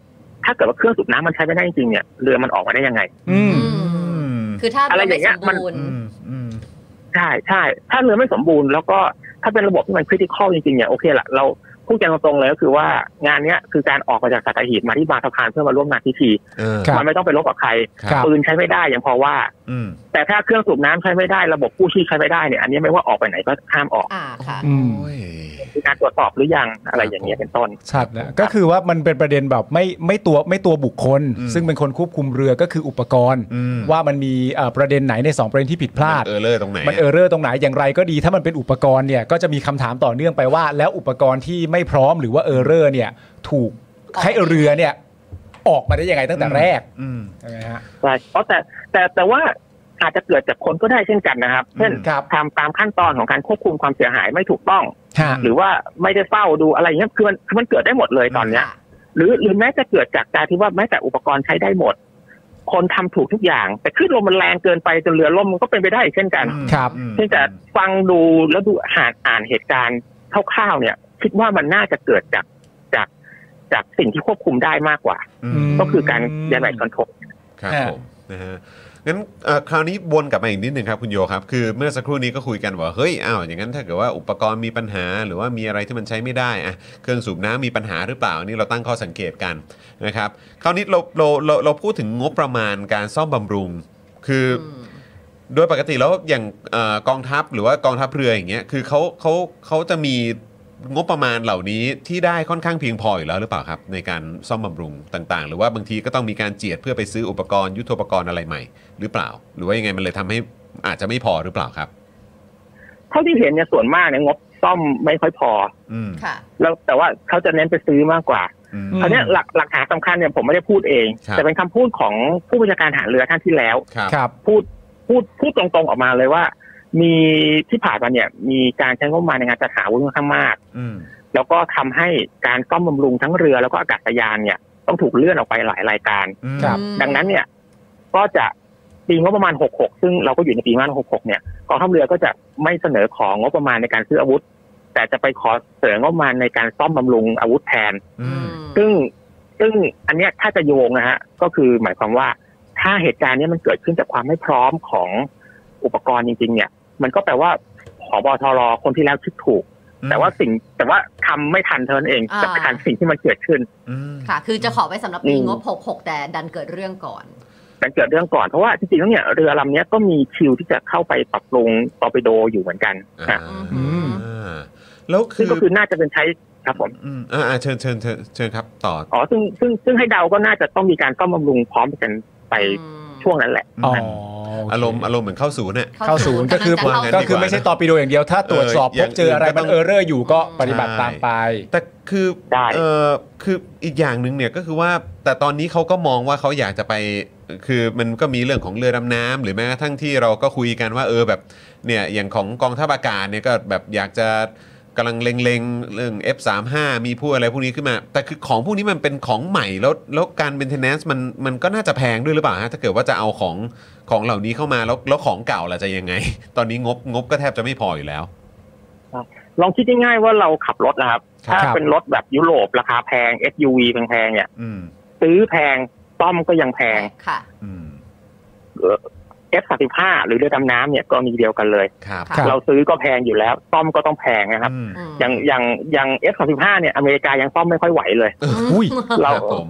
Speaker 4: ถ้าเกิดว่าเครื่องสูบน้ำมันใช้ไม่ได้จริงๆเนี่ยเรือมันออกมาได้ยังไง
Speaker 3: อืม
Speaker 2: คือถ้า
Speaker 4: อะไรอย่างเงี้ยมั
Speaker 2: ส
Speaker 4: น
Speaker 2: มบูรณ์
Speaker 1: อืมอืม
Speaker 4: ใช่ใช่ถ้าเรือไม่สมบูรณ์แล้วก็ถ้าเป็นระบบที่มันคริติคอลจริงๆเนี่ยโอเคละเราพูดกันตรงๆเลยก็คือว่างานเนี้ยคือการออกมาจากสัตหีบมาที่บางสะพานเพื่อมาร่วมงานพิธี
Speaker 1: เออ
Speaker 3: ครับ
Speaker 4: มันไม่ต้องไปรบกับใคร
Speaker 3: ครับ
Speaker 4: ปืนใช้ไม่ได้อย่างพอว่า
Speaker 1: อืม
Speaker 4: แต่ถ้าเครื่องสูบน้ำใช้ไม่ได้ระบบกู้ชีพใช้ไม่ได้เนี่ยอันนี้ไม่ว่าออกไปไหนก็ห้ามออก
Speaker 2: อ่าค่ะ
Speaker 3: อืม
Speaker 1: โอ้ย
Speaker 4: มีการตรวจสอบหรือยังอะไรอย่างเงี้ยเป็นต้น
Speaker 3: ชัดนะก็คือว่ามันเป็นประเด็นแบบไม่ไม่ตัวไม่ตัวบุคคล
Speaker 1: อืม
Speaker 3: ซึ่งเป็นคนควบคุมเรือก็คืออุปกรณ์
Speaker 1: อืม
Speaker 3: ว่ามันมีเอ่อประเด็นไหนใน 2 ประเด็นที่ผิดพลาด
Speaker 1: มันเออเลอร์ตรงไหน
Speaker 3: มันเออร์เรอร์ตรงไหนอย่างไรก็ดี ถ้ามันเป็นอุปกรณ์เนี่ยก็จะมีคำถามต่อเนื่องไปว่า แล้วอุปกรณ์ที่ไม่พร้อมหรือว่าเออร์เรอร์เนี่ยถูกให้เรือเนี่ยออกมาได้ยังไงตั้งแต่แรก
Speaker 1: อืม
Speaker 3: ใช่ไหมฮะ
Speaker 4: ใช่เพราะแต่แต่แต่ว่าอาจจะเกิดจากคนก็ได้เช่นกันนะครับ เช่น
Speaker 3: ครับ
Speaker 4: ทำตามขั้นตอนของการควบคุมความเสียหายไม่ถูกต้อง
Speaker 3: ฮะ
Speaker 4: หรือว่าไม่ได้เฝ้าดูอะไรเงี้ยคือมันคือมันเกิดได้หมดเลยตอนเนี้ย
Speaker 2: ค่ะ
Speaker 4: หรือหรือแม้จะเกิดจากการที่ว่าแม้แต่อุปกรณ์ใช้ได้หมด คนทำถูกทุกอย่าง แต่ขึ้นลมมันแรงเกินไปจนเรือล่มมันก็เป็นไปได้อีกเช่นกัน
Speaker 1: อืม
Speaker 3: ครับ
Speaker 1: อืม
Speaker 4: เพียงแต่ฟังดูแล้วดูอ่านอ่านเหตุการณ์คร่าวๆเนี่ย คิดว่ามันน่าจะเกิดจากจากจากสิ่งที่ควบคุมได้มากกว่า
Speaker 1: อืม
Speaker 4: ก็คือการยันไหลคอนโทร
Speaker 1: ครับ
Speaker 3: ฮะ
Speaker 1: ผมนะฮะงั้นเอ่อคราวนี้วนกลับมาอีกนิดหนึ่งครับคุณโยครับ คือเมื่อสักครู่นี้ก็คุยกันว่าเฮ้ยอ้าวอย่างนั้นถ้าเกิดว่าอุปกรณ์มีปัญหา หรือว่ามีอะไรที่มันใช้ไม่ได้อะเครื่องสูบน้ำมีปัญหาหรือเปล่าอันนี่เราตั้งข้อสังเกตกันนะครับคราวนี้เราเราเราเราพูดถึงงบประมาณการซ่อมบำรุง คืออ
Speaker 2: ม
Speaker 1: โดยปกติแล้วอย่างเอ่อกองทัพหรือว่ากองทัพเรืออย่างเงี้ยคือเขาเขาเขาจะมีงบประมาณเหล่านี้ที่ได้ค่อนข้างเพียงพออยู่แล้วหรือเปล่าครับ ในการซ่อมบำรุงต่างๆ หรือว่าบางทีก็ต้องมีการเจียดเพื่อไปซื้ออุปกรณ์ยุทโธปกรณ์อะไรใหม่ หรือเปล่า หรือว่ายังไงมันเลยทำให้อาจจะไม่พอหรือเปล่าครับ
Speaker 4: เท่าที่เห็นเนี่ยส่วนมากเนี่ยงบ ซ่อมไม่ค่อยพอ
Speaker 1: อืม
Speaker 2: ค่ะ
Speaker 4: แล้วแต่ว่าเขาจะเน้นไปซื้อมากกว่า
Speaker 1: อืม
Speaker 3: อืม
Speaker 4: คราวเนี้ยหลักหลักฐานสำคัญเนี่ยผมไม่ได้พูดเอง
Speaker 1: ครับ
Speaker 4: แต่เป็นคำพูดของผู้บัญชาการทหารเรือท่านที่แล้ว
Speaker 1: ครับ
Speaker 3: ครับ
Speaker 4: พูดพูดพูดตรงๆออกมาเลยว่า มีที่ผ่านมาเนี่ยมีการใช้งบประมาณในงานจัดหาอาวุธค่อนข้างมาก
Speaker 1: อืม
Speaker 4: แล้วก็ทำให้การซ่อมบำรุงทั้งเรือแล้วก็อากาศยานเนี่ยต้องถูกเลื่อนออกไปหลายรายการ
Speaker 1: อืม
Speaker 3: ครับ
Speaker 4: ดังนั้นเนี่ยก็จะปีงบประมาณ 66 ซึ่งเราก็อยู่ในปีงบประมาณ 66 เนี่ยกองทัพเรือก็จะไม่เสนอของงบประมาณในการซื้ออาวุธ แต่จะไปขอเสนองบประมาณในการซ่อมบำรุงอาวุธแทน
Speaker 1: อืม
Speaker 4: ซึ่งซึ่งอันเนี้ยถ้าจะโยงนะฮะก็คือหมายความว่าถ้าเหตุการณ์เนี้ยมันเกิดขึ้นจากความไม่พร้อมของอุปกรณ์จริง ๆ เนี่ย มันก็แปลว่าผอบทรคนที่แล้วคิดถูก แต่ว่าสิ่งแต่ว่าทำไม่ทันเท่านั้นเอง
Speaker 2: อ่า
Speaker 4: จะไปทันสิ่งที่มันเกิดขึ้น
Speaker 1: อืม
Speaker 2: ค่ะ คือจะขอไว้สำหรับปี
Speaker 4: อืม
Speaker 2: งบ 66 แต่ดันเกิดเรื่องก่อน
Speaker 4: แต่เกิดเรื่องก่อนเพราะว่าจริงๆแล้วเนี่ยเรือลำเนี้ยก็มีคิวที่จะเข้าไปปรับปรุงตอร์ปิโดอยู่เหมือนกัน
Speaker 1: อ่า
Speaker 4: ฮะ
Speaker 2: อืม
Speaker 1: แล้วคื
Speaker 4: ซึ่ง
Speaker 1: อ
Speaker 4: ก็คือน่าจะเป็นใช้ครับผม
Speaker 1: อืมอ่าอ่าเชิญเชิญเชิญเชิญครับต่อ
Speaker 4: อ๋อซึ่งซึ่งซึ่งให้เดาก็น่าจะต้องมีการซ่อมบำรุงพร้อมกันไป
Speaker 2: อืม
Speaker 4: ช่วงนั้นแหละ
Speaker 3: อ๋อ
Speaker 1: อา
Speaker 3: อาร
Speaker 1: มณ์อารมณ์เหมือนเข้าศูนย์เนี่ย
Speaker 3: เข้าศูนย์ก็คือ
Speaker 2: เข้าศูนย์
Speaker 3: ก็
Speaker 2: เข้า
Speaker 3: คือไม่ใช่ตอร์ปิโดอย่างเดียว ถ้าตรวจสอบ
Speaker 1: เอออ
Speaker 3: พ
Speaker 1: ย่า
Speaker 3: บ
Speaker 1: ง
Speaker 3: เจออะไร
Speaker 1: อื่นก็ต้
Speaker 3: มั
Speaker 1: อนง
Speaker 3: เออร์เรอร์อยู่ก็ปฏิบัติตามไป
Speaker 1: แต่คือ
Speaker 4: ได้
Speaker 1: เออคืออีกอย่างหนึ่งเนี่ยก็คือว่าแต่ตอนนี้เขาก็มองว่าเขาอยากจะไป คือมันก็มีเรื่องของเรือดำน้ำหรือแม้กระทั่งที่เราก็คุยกันว่าเออแบบเนี่ยอย่างของกองทัพอากาศเนี่ยก็แบบอยากจะกำลังเล็งๆเรื่อง F35 มีพูดอะไรพวกนี้ขึ้นมา แต่คือของพวกนี้มันเป็นของใหม่แล้วแล้วการเ a นเทนแนนซ์มันมันก็น่าจะแพงด้วยหรือเปล่าฮะถ้าเกิดว่าจะเอาของของเหล่านี้เข้ามาแล้วแล้วของเก่าล่ะจะยัง ไง ตอนนี้งบงบก็แทบจะไม่พออยู่แล้ว
Speaker 4: ลองคิดง่ายๆว่าเราขับรถนะครับ
Speaker 1: ครับ
Speaker 4: ถ้าเป็นรถแบบยุโรปราคาแพง SUV แพงๆเนี่ย
Speaker 1: อืม
Speaker 4: ซื้อแพงต้อมก็ยังแพง
Speaker 2: ค่ะ
Speaker 1: อืม
Speaker 4: F35 หรือเรือดำน้ำเนี่ยกรณีเดียวกันเลย
Speaker 1: ครับ
Speaker 2: ครับ
Speaker 4: เราซื้อก็แพงอยู่แล้วต้อมก็ต้องแพงนะครับ
Speaker 1: อืม
Speaker 2: ม
Speaker 4: อย่างอย่างอย่าง F35 เนี่ยอเมริกายังซ่อมไม่ค่อยไหวเลย
Speaker 3: อุ้ย
Speaker 4: เรา
Speaker 1: ครับผม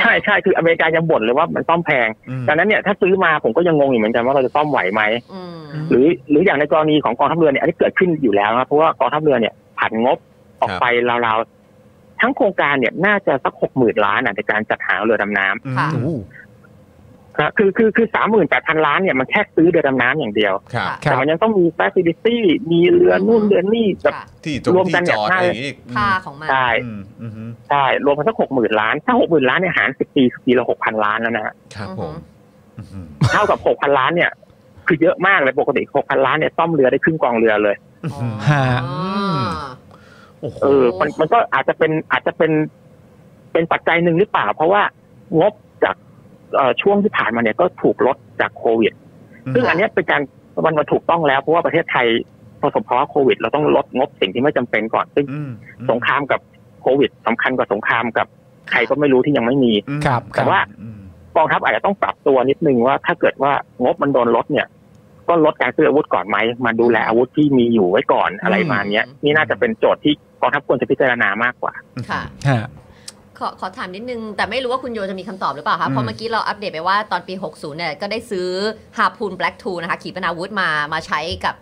Speaker 4: ใช่ใช่คืออเมริกายังบ่นเลยว่ามันซ่อมแพง
Speaker 1: อืม
Speaker 4: ดังนั้นเนี่ยถ้าซื้อมาผมก็ยังงงอยู่เหมือนกันว่าเราจะซ่อมไหวไหม
Speaker 2: อืม
Speaker 4: หรือหรืออย่างในกรณีของกองทัพเรือเนี่ยอันนี้เกิดขึ้นอยู่แล้วนะครับเพราะว่ากองทัพเรือเนี่ยผ่านงบออกไปราวๆทั้งโครงการเนี่ยน่าจะสักหกหมื่นล้านอ่ะในการจัดหาเรือดำน้
Speaker 1: อืม
Speaker 2: ค่ะ
Speaker 4: ำครับคือคือคือสามหมื่นแปดพันล้านเนี่ยมันแค่ซื้อเรือดำน้ำอย่างเดียว
Speaker 1: ครับ
Speaker 2: ค่ะ
Speaker 4: แต่มันยังต้องมีฟ a ซิลิตี้มีเรือนู่นเรือนี่แบบ
Speaker 2: ค่ะ
Speaker 1: ที่จง
Speaker 4: รวม
Speaker 1: ที่
Speaker 4: กัน
Speaker 1: จ
Speaker 4: เนี่ย
Speaker 1: อด
Speaker 4: น่า
Speaker 1: อะไรอย่างงี้อีก
Speaker 2: ค่าของมัน
Speaker 4: ใช่
Speaker 1: อืมอืมอืม
Speaker 4: ใช่รวมกันสักหกหมื่นล้าน ถ้าหกหมื่นล้านเนี่ยหารสิบปีคือปีละหกพันล้านแล้วนะฮะ
Speaker 1: ครับผมอืม
Speaker 4: เท่ากับ 6 0 0 0 ล้านเนี่ย คือเยอะมากเลย ปกติ 6 0 0 0 ล้านเนี่ยซ่อมเรือได้ครึ่งกองเรือเลย
Speaker 2: อ๋อ
Speaker 3: ฮะ
Speaker 1: โอ้โห
Speaker 4: เออ มันมันก็อาจจะเป็นอาจจะเป็น เป็นปัจจัยหนึ่งหรือเปล่า เพราะว่างบจากเอ่อช่วงที่ผ่านมาเนี่ยก็ถูกลดจากโควิด ซึ่งอันเนี้ยเป็นการมันมาถูกต้องแล้ว เพราะว่าประเทศไทยประสบภาวะโควิด เราต้องลดงบสิ่งที่ไม่จำเป็นก่อน ซึ่ง
Speaker 1: อืมอื
Speaker 4: สงครามกับโควิดสำคัญกว่าสงครามกับใครก็ไม่รู้ที่ยังไม่มี
Speaker 1: อืม
Speaker 3: ครับ
Speaker 4: แต่ว่า
Speaker 1: อืม
Speaker 4: กองทัพอาจจะต้องปรับตัวนิดนึงว่าถ้าเกิดว่างบมันโดนลดเนี่ย ก็ลดการซื้ออาวุธก่อนไหมมาดูแลอาวุธที่มีอยู่ไว้ก่อนอะไรประมาณเนี้ย นี่น่าจะเป็นโจทย์ที่กองทัพควรจะพิจารณามากกว่า
Speaker 2: ค่ะ
Speaker 3: ฮะ
Speaker 2: ขอขอถามนิดนึง แต่ไม่รู้ว่าคุณโยจะมีคำตอบหรือเปล่าคะเพราะเมื่อกี้เราอัปเดตไปว่าตอนปี 60 เนี่ย ก็ได้ซื้อฮาพูนแบล็กทูนะคะ ขีปนาวุธมามาใช้กับ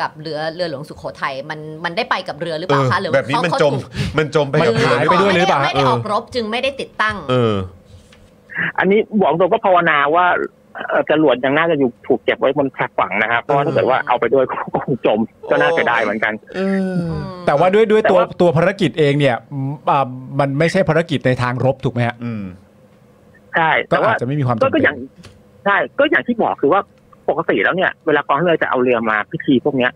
Speaker 2: กับเรือเรือหลวงสุโขทัยมันมันได้ไปกับเรือหรือเปล่าคะหรื
Speaker 1: เออแบบนี้
Speaker 2: เขา
Speaker 1: มัน
Speaker 2: เขา
Speaker 1: จม
Speaker 2: ถูก
Speaker 1: มันจมไป
Speaker 3: มัน
Speaker 1: กับเรือ
Speaker 3: หายไป
Speaker 1: รือ
Speaker 3: ด้วยหรือเปล่า
Speaker 2: ไม่ได้ออกรบจึงไม่ได้ติดตั้ง
Speaker 1: เออ
Speaker 4: อันนี้บอกตรงก็ภาวนาว่าเอ่อจรวดยังน่าจะอยู่ถูกเก็บไว้บนแพลตฝั่งนะครับเพราะว่าถ้าเกิดว่าเอาไปด้วย ก็คงจมก็น่าเสียดายเหมือนกัน
Speaker 1: เออ
Speaker 3: แต่ว่าด้วยด้วยตัว
Speaker 4: แต่ว่า
Speaker 3: ตัวภารกิจเองเนี่ยอืมอ่ามันไม่ใช่ภารกิจในทางรบถูกไหมฮะ
Speaker 1: อืม
Speaker 4: ใช่
Speaker 3: ก็
Speaker 4: แต่
Speaker 3: อา
Speaker 4: ว่า
Speaker 3: จจะไม่มีความจำ
Speaker 4: ก็
Speaker 3: เป็
Speaker 4: ก็อน ย่างใช่ก็อย่างที่บอกคือว่าปกติแล้วเนี่ย เวลากองทัพเรือจะเอาเรือมาพิธีพวกเนี้ย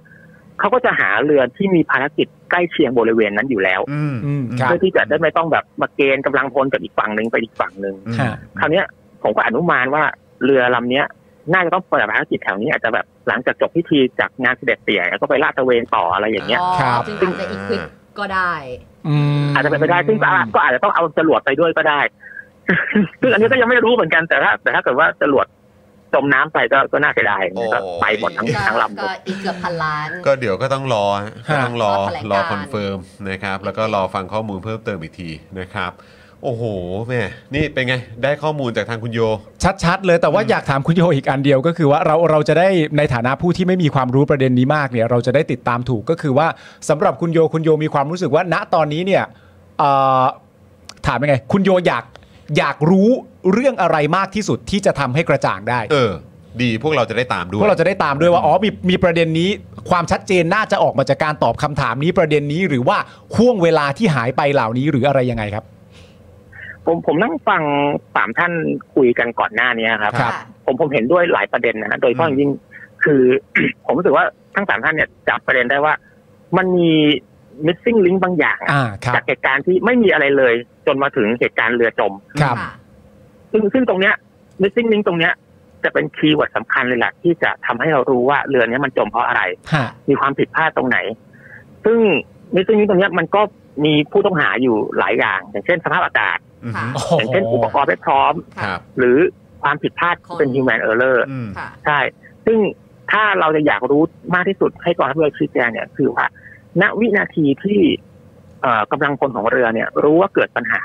Speaker 4: เขาก็จะหาเรือที่มีภารกิจใกล้เคียงบริเวณนั้นอยู่แล้ว
Speaker 1: อืม
Speaker 3: อืมครับ
Speaker 4: เพื่อที่จะได้ไม่ต้องแบบมาเกณฑ์กำลังพลจากอีกฝั่งหนึ่งไปอีกฝั่งหนึ่ง
Speaker 1: อืม
Speaker 3: ฮะ
Speaker 4: คราวเนี้ยผมก็อนุมานว่าเรือลำเนี้ย น่าจะต้องเปิดภารกิจแถวนี้อาจจะแบบหลังจากจบพิธีจากงานเสด็จเตี่ยก็ไปลาดตระเวนต่ออะไรอย่างเงี้ย
Speaker 2: ซึ่งอาจจะอีกควิกก็ได้
Speaker 3: อืม
Speaker 4: อาจจะเป็นไปได้ซึ่งก็อาจก็อาจจะต้องเอาจรวดไปด้วยก็ ได้ ซึ่งอันนี้ก็ยังไม่รู้เหมือนกันแต่ถ้า แต่ถ้าเกิดว่าจรวดจมน้ำไปก็ก็น่าเสียดายก็ไปหมดทั้ง
Speaker 2: ก็
Speaker 4: ทั้งลำ
Speaker 2: ก็อีกเกือบพันล้าน
Speaker 1: ก็เดี๋ยวก็ต้องรอก็ต้องรอ
Speaker 2: รอแถลงการ
Speaker 1: รอคอนเฟิร์มนะครับ แล้วก็รอฟังข้อมูลเพิ่มเติมอีกทีนะครับ โอ้โหแม่นี่เป็นไง ได้ข้อมูลจากทางคุณโย
Speaker 3: ชัดๆเลยแต่ว่า
Speaker 1: อืม
Speaker 3: อยากถามคุณโยอีกอันเดียวก็คือว่าเราเราจะได้ในฐานะผู้ที่ไม่มีความรู้ประเด็นนี้มากเนี่ย เราจะได้ติดตามถูกก็คือว่าสำหรับคุณโยคุณโยมีความรู้สึกว่า ณตอนนี้เนี่ยเอ่อถามยังไง คุณโยอยากอยากรู้เรื่องอะไรมากที่สุดที่จะทำให้กระจ่างได้
Speaker 1: เออ ดีพวกเราจะได้ตามด้ว
Speaker 3: พ
Speaker 1: ยว
Speaker 3: กเราจะได้ตามด้วยว่าอ๋อมีมีประเด็นนี้ความชัดเจนน่าจะออกมาจากการตอบคำถามนี้ประเด็นนี้หรือว่าห่วงเวลาที่หายไปเหล่านี้หรืออะไรยังไงครับ
Speaker 4: ผมผมนั่งฟังสามท่านคุยกันก่อนหน้านี้ครับ
Speaker 3: ครับ
Speaker 2: ะ
Speaker 4: ผมผมเห็นด้วยหลายประเด็นนะฮะโดยเฉพาะอย่างยิ่งคือ ผมรู้สึกว่าทั้งสามท่านเนี่ยจับประเด็นได้ว่า มันมี missing link บางอย่างอะ
Speaker 3: อ่าครับ
Speaker 4: จากเหตุการณ์ที่ไม่มีอะไรเลย จนมาถึงเหตุการณ์เรือจม
Speaker 3: ครับ
Speaker 2: ค่ะ
Speaker 4: ซึ่งซึ่งตรงเนี้ย missing link ตรงเนี้ยจะเป็นคีย์เวิร์ดสำคัญเลยแหละที่จะทำให้เรารู้ว่าเรือเนี้ยมันจมเพราะอะไร
Speaker 3: ฮะ
Speaker 4: มีความผิดพลาดตรงไหน ซึ่ง missing link ตรงเนี้ยมันก็มีผู้ต้องหาอยู่หลายอย่าง อย่างเช่นสภาพอากาศ
Speaker 1: อืม
Speaker 2: ค่ะ
Speaker 3: โอ้โห
Speaker 4: อย่างเช่นอุปกรณ์ไม่พร้อม
Speaker 1: ครับ
Speaker 4: หรือความผิดพลาดที่เป็น human error
Speaker 1: อืม
Speaker 2: ค่ะ
Speaker 4: ใช่ ซึ่งถ้าเราจะอยากรู้มากที่สุดให้กองทัพเรือชี้แจงเนี่ยคือว่า ณ วินาทีที่เอ่อกำลังพลของเรือเนี่ย รู้ว่าเกิดปัญหา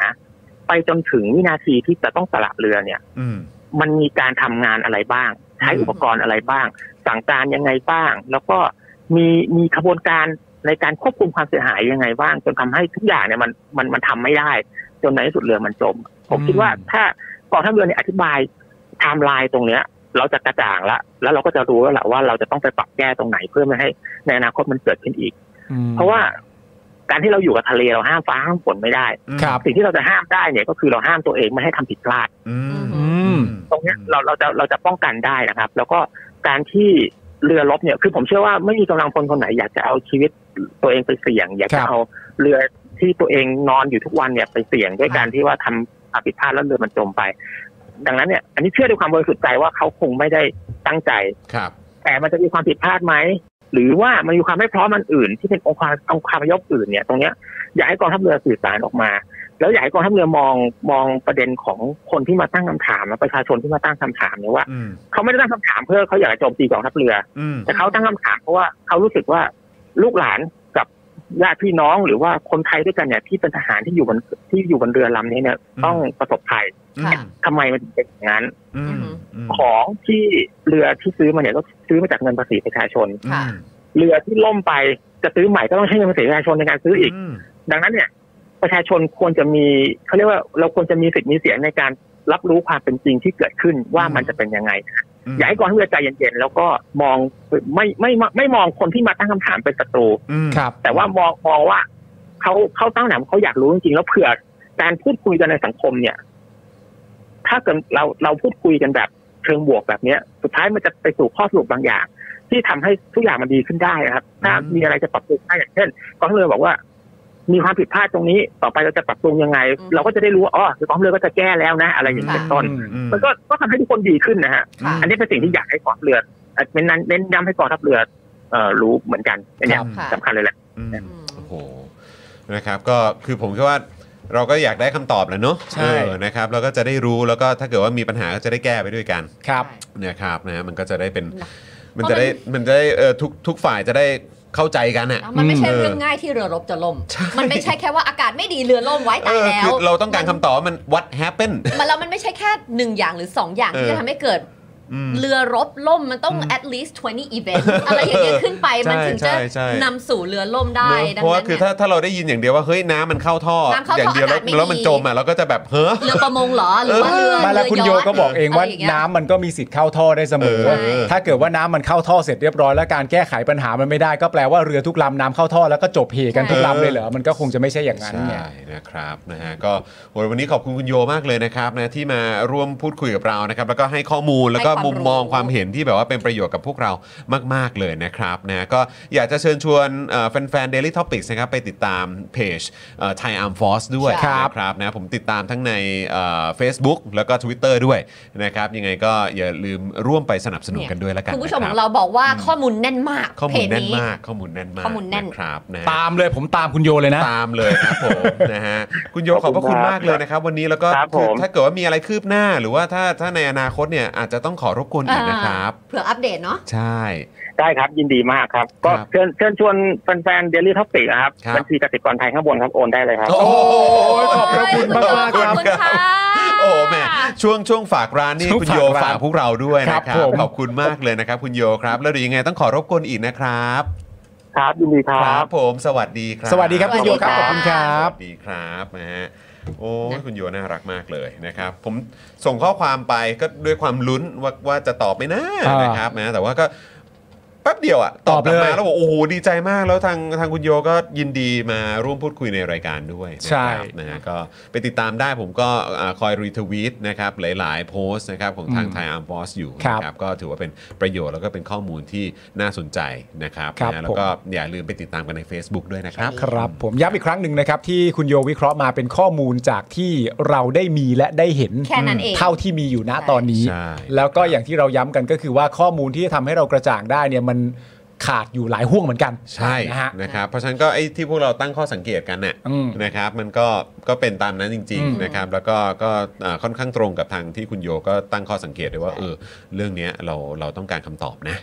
Speaker 4: ไปจนถึงวินาทีที่จะต้องสละเรือเนี่ย
Speaker 1: อืม
Speaker 4: มันมีการทำงานอะไรบ้าง ใช้
Speaker 1: อืม
Speaker 4: อุปกรณ์อะไรบ้าง สั่งการยังไงบ้าง แล้วก็มีมีขบวนการในการควบคุมความเสียหายยังไงบ้าง จนทำให้ทุกอย่างเนี่ยมันมันมันทำไม่ได้ จนในที่สุดเรือมันจม ผมคิดว่าถ้ากองทัพเรือเนี่ยอธิบายไทม์ไลน์ตรงเนี้ย เราจะกระจ่างละแล้วเราก็จะรู้แล้วแหละว่าเราจะต้องไปปรับแก้ตรงไหนเพื่อไม่ให้ในอนาคตมันเกิดขึ้นอีก
Speaker 3: อืม
Speaker 4: เพราะว่าการที่เราอยู่กับทะเลเราห้ามฟ้าห้ามฝนไม่ได้
Speaker 1: อืม
Speaker 3: ครับ
Speaker 4: สิ่งที่เราจะห้ามได้เนี่ยก็คือเราห้ามตัวเองไม่ให้ทำผิดพลาด
Speaker 1: อืม
Speaker 3: อืม
Speaker 4: ตรงเนี้ยเราเราจะเราจะป้องกันได้นะครับ แล้วก็การที่เรือรบเนี่ยคือผมเชื่อว่าไม่มีกำลังพลคนไหนอยากจะเอาชีวิตตัวเองไปเสี่ยง อยาก
Speaker 3: ครั
Speaker 4: จะ
Speaker 3: บ
Speaker 4: เอาเรือที่ตัวเองนอนอยู่ทุกวันเนี่ยไปเสี่ยงด้วยการที่ว่าทำอาผิดพลาดแล้วเรือมันจมไป ดังนั้นเนี่ยอันนี้เชื่อด้วยความบริสุทธิ์ใจว่าเขาคงไม่ได้ตั้งใจ
Speaker 1: ครับ
Speaker 4: แต่มันจะมีความผิดพลาดไหมหรือว่ามันมีความไม่พร้อมมันอื่น ที่เป็นองค์ความองค์ความยบอื่นเนี่ย ตรงเนี้ยอยากให้กองทัพเรือสื่อสารออกมา แล้วอยากให้กองทัพเรือมองมองประเด็นของคนที่มาตั้งคำถามและประชาชนที่มาตั้งคำถามเนี่ยว่า
Speaker 1: อืม
Speaker 4: เขาไม่ได้ตั้งคำถามเพื่อเขาอยากจะโจมตีกองทัพเรือ
Speaker 1: อืม
Speaker 4: แต่เขาตั้งคำถามเพราะว่าเขารู้สึกว่าลูกหลานกับญาติพี่น้องหรือว่าคนไทยด้วยกันเนี่ยที่เป็นทหารที่อยู่บนที่อยู่บนเรือลำนี้เนี่ย ต้องประสบภัย
Speaker 1: อืม
Speaker 4: ทำไมมันถึงเป็นอย่างนั้น
Speaker 1: อืม
Speaker 4: ของที่เรือที่ซื้อมาเนี่ยก็ซื้อมาจากเงินภาษีประชาชน
Speaker 1: อื
Speaker 2: ค่ะ
Speaker 1: ม
Speaker 4: เรือที่ล่มไปจะซื้อใหม่ก็ต้องใช้เงินภาษีประชาชนในการซื้ออีก
Speaker 1: อืม
Speaker 4: ดังนั้นเนี่ยประชาชนควรจะมีเขาเรียกว่าเราควรจะมีสิทธิ์มีเสียงในการรับรู้ความเป็นจริงที่เกิดขึ้นว่ามันจะเป็นยังไง อยากให้กองทัพเรือใจเย็นๆแล้วก็มองไม่ไม่ไม่ไม่มองคนที่มาตั้งคำถามเป็นศัตรู
Speaker 1: อืม
Speaker 3: ครับ
Speaker 4: แต่ว่ามองมองว่าเขาเขาตั้งคำถามเขาอยากรู้จริงๆแล้วเผื่อการพูดคุยกันในสังคมเนี่ย ถ้าเกิดเราเราพูดคุยกันแบบเชิงบวกแบบเนี้ย สุดท้ายมันจะไปสู่ข้อสรุปบางอย่าง ที่ทำให้ทุกอย่างมันดีขึ้นได้นะครับ ถ้า
Speaker 1: อืม
Speaker 4: มีอะไรจะปรับปรุงได้อย่างเช่นกองทัพเรือบอกว่า มีความผิดพลาดตรงนี้ ต่อไปเราจะปรับปรุงยังไง
Speaker 2: อืม
Speaker 4: เราก็จะได้รู้ว่าอ๋อกองทัพเรือก็จะแก้แล้วนะ อะไรอย่างนี้เป็นต้น
Speaker 1: อืม
Speaker 4: มันก็ก็ทำให้ทุกคนดีขึ้นนะฮะ
Speaker 2: ค่ะ
Speaker 4: อันนี้เป็นสิ่งที่อยากให้กองทัพเรือเอ่อเน้นเน้นย้ำให้กองทัพเรือเอ่อรู้เหมือนกันอันเนี้ย
Speaker 2: ครับ
Speaker 4: สำคัญเลยแหละ
Speaker 1: อืม
Speaker 2: อืม
Speaker 1: โอ้โห นะครับ ก็คือผมคิดว่าเราก็อยากได้คำตอบแหล้วเนอะ
Speaker 3: ใช่
Speaker 1: เออนะครับ แล้วก็จะได้รู้ แล้วก็ถ้าเกิดว่ามีปัญหาก็จะได้แก้ไปด้วยกัน
Speaker 3: ครับ
Speaker 1: นะครับนะ มันก็จะได้เป็น
Speaker 2: นะ
Speaker 1: มันจะได้ มันจะได้เออทุกทุกฝ่ายจะได้เข้าใจกันอ่ะ
Speaker 2: แล้วมันไม่ใช่
Speaker 1: อืม
Speaker 2: เรื่องง่ายที่เรือรบจะล่ม
Speaker 1: ใช่
Speaker 2: มันไม่ใช่แค่ว่าอากาศไม่ดีเรือล่มไว้
Speaker 1: เอ
Speaker 2: ตาย
Speaker 1: อ
Speaker 2: แล้
Speaker 1: คื
Speaker 2: ว
Speaker 1: อเราต้องการคำตอบว่ามัน what happened
Speaker 2: มันแล้วมันไม่ใช่แค่หนึ่งอย่างหรือสองอย่าง
Speaker 1: เออ
Speaker 2: ที่จะทำให้เกิด
Speaker 1: อืม
Speaker 2: เรือรบล่มมันต้อง
Speaker 1: อืม
Speaker 2: at least 20 event อะไรอย่างเงี้ยขึ้นไปมันถึงจะ
Speaker 1: ใช่ใช่ใช่
Speaker 2: นำสู่เรือล่มได้
Speaker 1: เนอะเพ
Speaker 2: ดัง
Speaker 1: ราะว่า
Speaker 2: นั้น
Speaker 1: คือ
Speaker 2: เนี่ย
Speaker 1: ถ้าถ้าเราได้ยินอย่างเดียวว่า เฮ้ยน้ำมันเข้าท่อ
Speaker 2: น้ำเข้าท่
Speaker 1: อ
Speaker 2: ออย่าง
Speaker 1: เดียวแล้ว
Speaker 2: อากาศไม่
Speaker 1: แล้วมัน
Speaker 2: ดี
Speaker 1: จมอ่ะเราก็จะแบบเฮ้อ
Speaker 2: เรือประมงเหรอหรือว่าเรือ
Speaker 3: ไมาแล้ว
Speaker 2: เรือ
Speaker 3: คุณโย
Speaker 2: ยอชท์
Speaker 3: ก็บอกเองว่า
Speaker 2: ะไรย่ย
Speaker 3: น้ำมันก็มีสิทธิ์เข้าท่อได้เสมอ
Speaker 1: เออ
Speaker 3: ถ้าเกิดว่าน้ำมันเข้าท่อเสร็จเรียบร้อยแล้วการแก้ไขปัญหามันไม่ได้ก็แปลว่าเรือทุกลำน้ำเข้าท่อแล้วก็จบเหกันทุกลำเลยเหรอมันก็คงจะไม่ใช่อย่างนั้นไง
Speaker 1: ใช่นะครับนะฮะก็โอ้ยวันนี้ขอบคุณคุณโยมากเลยนะครับนะที่มาร่วมพูดคุยกับเรานะครับแล้วก็ให้ข้อมูลแล้วก็
Speaker 2: ให้ความรู้
Speaker 1: มุมมองความเห็นที่แบบว่าเป็นประโยชน์กับพวกเรามาก ๆ เลยนะครับนะก็อยากจะเชิญชวนเอ่อแฟนๆ Daily Topics นะครับไปติดตามเพจไทยอาร์มฟอสด้วย
Speaker 3: ใช่ครับ
Speaker 1: นะครับนะผมติดตามทั้งในเอ่อ Facebook แล้วก็ Twitter ด้วยนะครับยังไงก็อย่าลืมร่วมไปสนับสนุนกันด้วยละกัน
Speaker 2: คุณผู้ชม
Speaker 1: นะบ
Speaker 2: ของเราบอกว่าข้อมูลแน่นมาก
Speaker 1: ข้อมูลแน่น
Speaker 2: เพจ
Speaker 1: มากข้อมูลแน่นมาก
Speaker 2: ข้อมูลแน่น
Speaker 1: ะครับนะฮะ
Speaker 3: ตามเลยผมตามคุณโยเลยนะ
Speaker 1: ตามเลยครับผม นะฮะ คุณโยขอบพระคุณมากเลยนะครับ วันนี้แล้วก็
Speaker 4: ครับผม
Speaker 1: คือถ้าเกิดว่ามีอะไรคืบหน้า หรือว่าถ้าถ้าในอนาคตเนี่ยอาจจะต้องขอรบกวนอีกนะครับ
Speaker 2: เผื่ออัปเดตเนาะ
Speaker 1: ใช่
Speaker 4: ได้ครับ ยินดีมากครับ ก็
Speaker 1: ครับ
Speaker 4: เชิญเชิญชวนแฟนๆเดลี่ท็อปติกครับ
Speaker 1: ครับ
Speaker 4: บัญชีกสิกรไทยข้างบนครับ โอนได้เลยครับ
Speaker 1: โอ้
Speaker 3: โอ้ยขอบพระคุณมากๆครับ
Speaker 2: ขอบคุณค่ะ
Speaker 1: โอ้แหม่ช่วงช่วงฝากร้านนี่
Speaker 3: ช่วง
Speaker 1: คุณโย
Speaker 3: ฝากร้าน
Speaker 1: ฝากพวกเราด้วย
Speaker 3: ค
Speaker 1: นะ
Speaker 3: รับ
Speaker 1: ครั
Speaker 3: ผ
Speaker 1: บ
Speaker 3: ม
Speaker 1: ขอบคุณมากเลยนะครับ คุณโยครับ แล้วเดี๋ยวยังไงต้องขอรบกวนอีกนะครับ
Speaker 4: ครับ ยินดีค
Speaker 1: ค
Speaker 4: รั
Speaker 1: รับ บผมสวัสดีครับ
Speaker 3: สวัสดีครับคุณโยครับ
Speaker 2: ส
Speaker 3: ข
Speaker 2: วัส
Speaker 3: อบ
Speaker 2: ดี
Speaker 3: คุณ
Speaker 2: ค
Speaker 3: ค
Speaker 2: รั
Speaker 3: รั
Speaker 1: ส
Speaker 3: บ บ
Speaker 1: วัสดีครับนะฮะ โอ้ยคุณโยน่ารักมากเลยนะครับ ผมส่งข้อความไปก็ด้วยความลุ้นว่าว่าจะตอบไหมนะ
Speaker 3: อ่าน
Speaker 1: นะครับนะแต่ว่าก็แป๊บเดียวอะ
Speaker 3: ตอบ
Speaker 1: กลั
Speaker 3: เล
Speaker 1: มาย แล้วบอกโอ้โหดีใจมากแล้วทางทางคุณโยก็ยินดีมาร่วมพูดคุยในรายการด้วย
Speaker 3: ใช่
Speaker 1: นะครับนะฮะก็ไปติดตามได้ผมก็อ่าคอยรีทวีตนะครับหลาย ๆ โพสต์นะครับของทางไทยอาร์มบอสอยู่นะครับก็ถือว่าเป็นประโยชน์แล้วก็เป็นข้อมูลที่น่าสนใจนะครับ
Speaker 3: ครับ
Speaker 1: นะ
Speaker 3: ผ
Speaker 1: แล้ว
Speaker 3: ม
Speaker 1: ก็อย่าลืมไปติดตามกันใน Facebook ด้วยนะครับ
Speaker 3: ครับผมย้ำอีกครั้งหนึ่งนะครับ ที่คุณโยวิเคราะห์มาเป็นข้อมูลจากที่เราได้มีและได้เห็น
Speaker 2: แค่นั้นเอง
Speaker 3: เท่าที่มีอยู่ณตอนนี้
Speaker 1: ใช่
Speaker 3: แล้วก็อย่างที่เราย้ำกันก็คือว่าข้อมูลที่จะทำให้เรากระจ่างได้เนี่ยมันขาดอยู่หลายห่วงเหมือนกัน
Speaker 1: ใช่
Speaker 3: นะฮะ
Speaker 1: นะครับเพราะฉะนั้นก็ไอ้ที่พวกเราตั้งข้อสังเกตกันน่ะ
Speaker 3: อืม
Speaker 1: นะครับมันก็ก็เป็นตามนั้นจริง
Speaker 3: อืม
Speaker 1: ๆนะครับแล้วก็ก็อ่าค่อนข้างตรงกับทางที่คุณโยก็ตั้งข้อสังเกตด้วยว่าเออเรื่องเนี้ยเราเราต้องการคำตอบนะ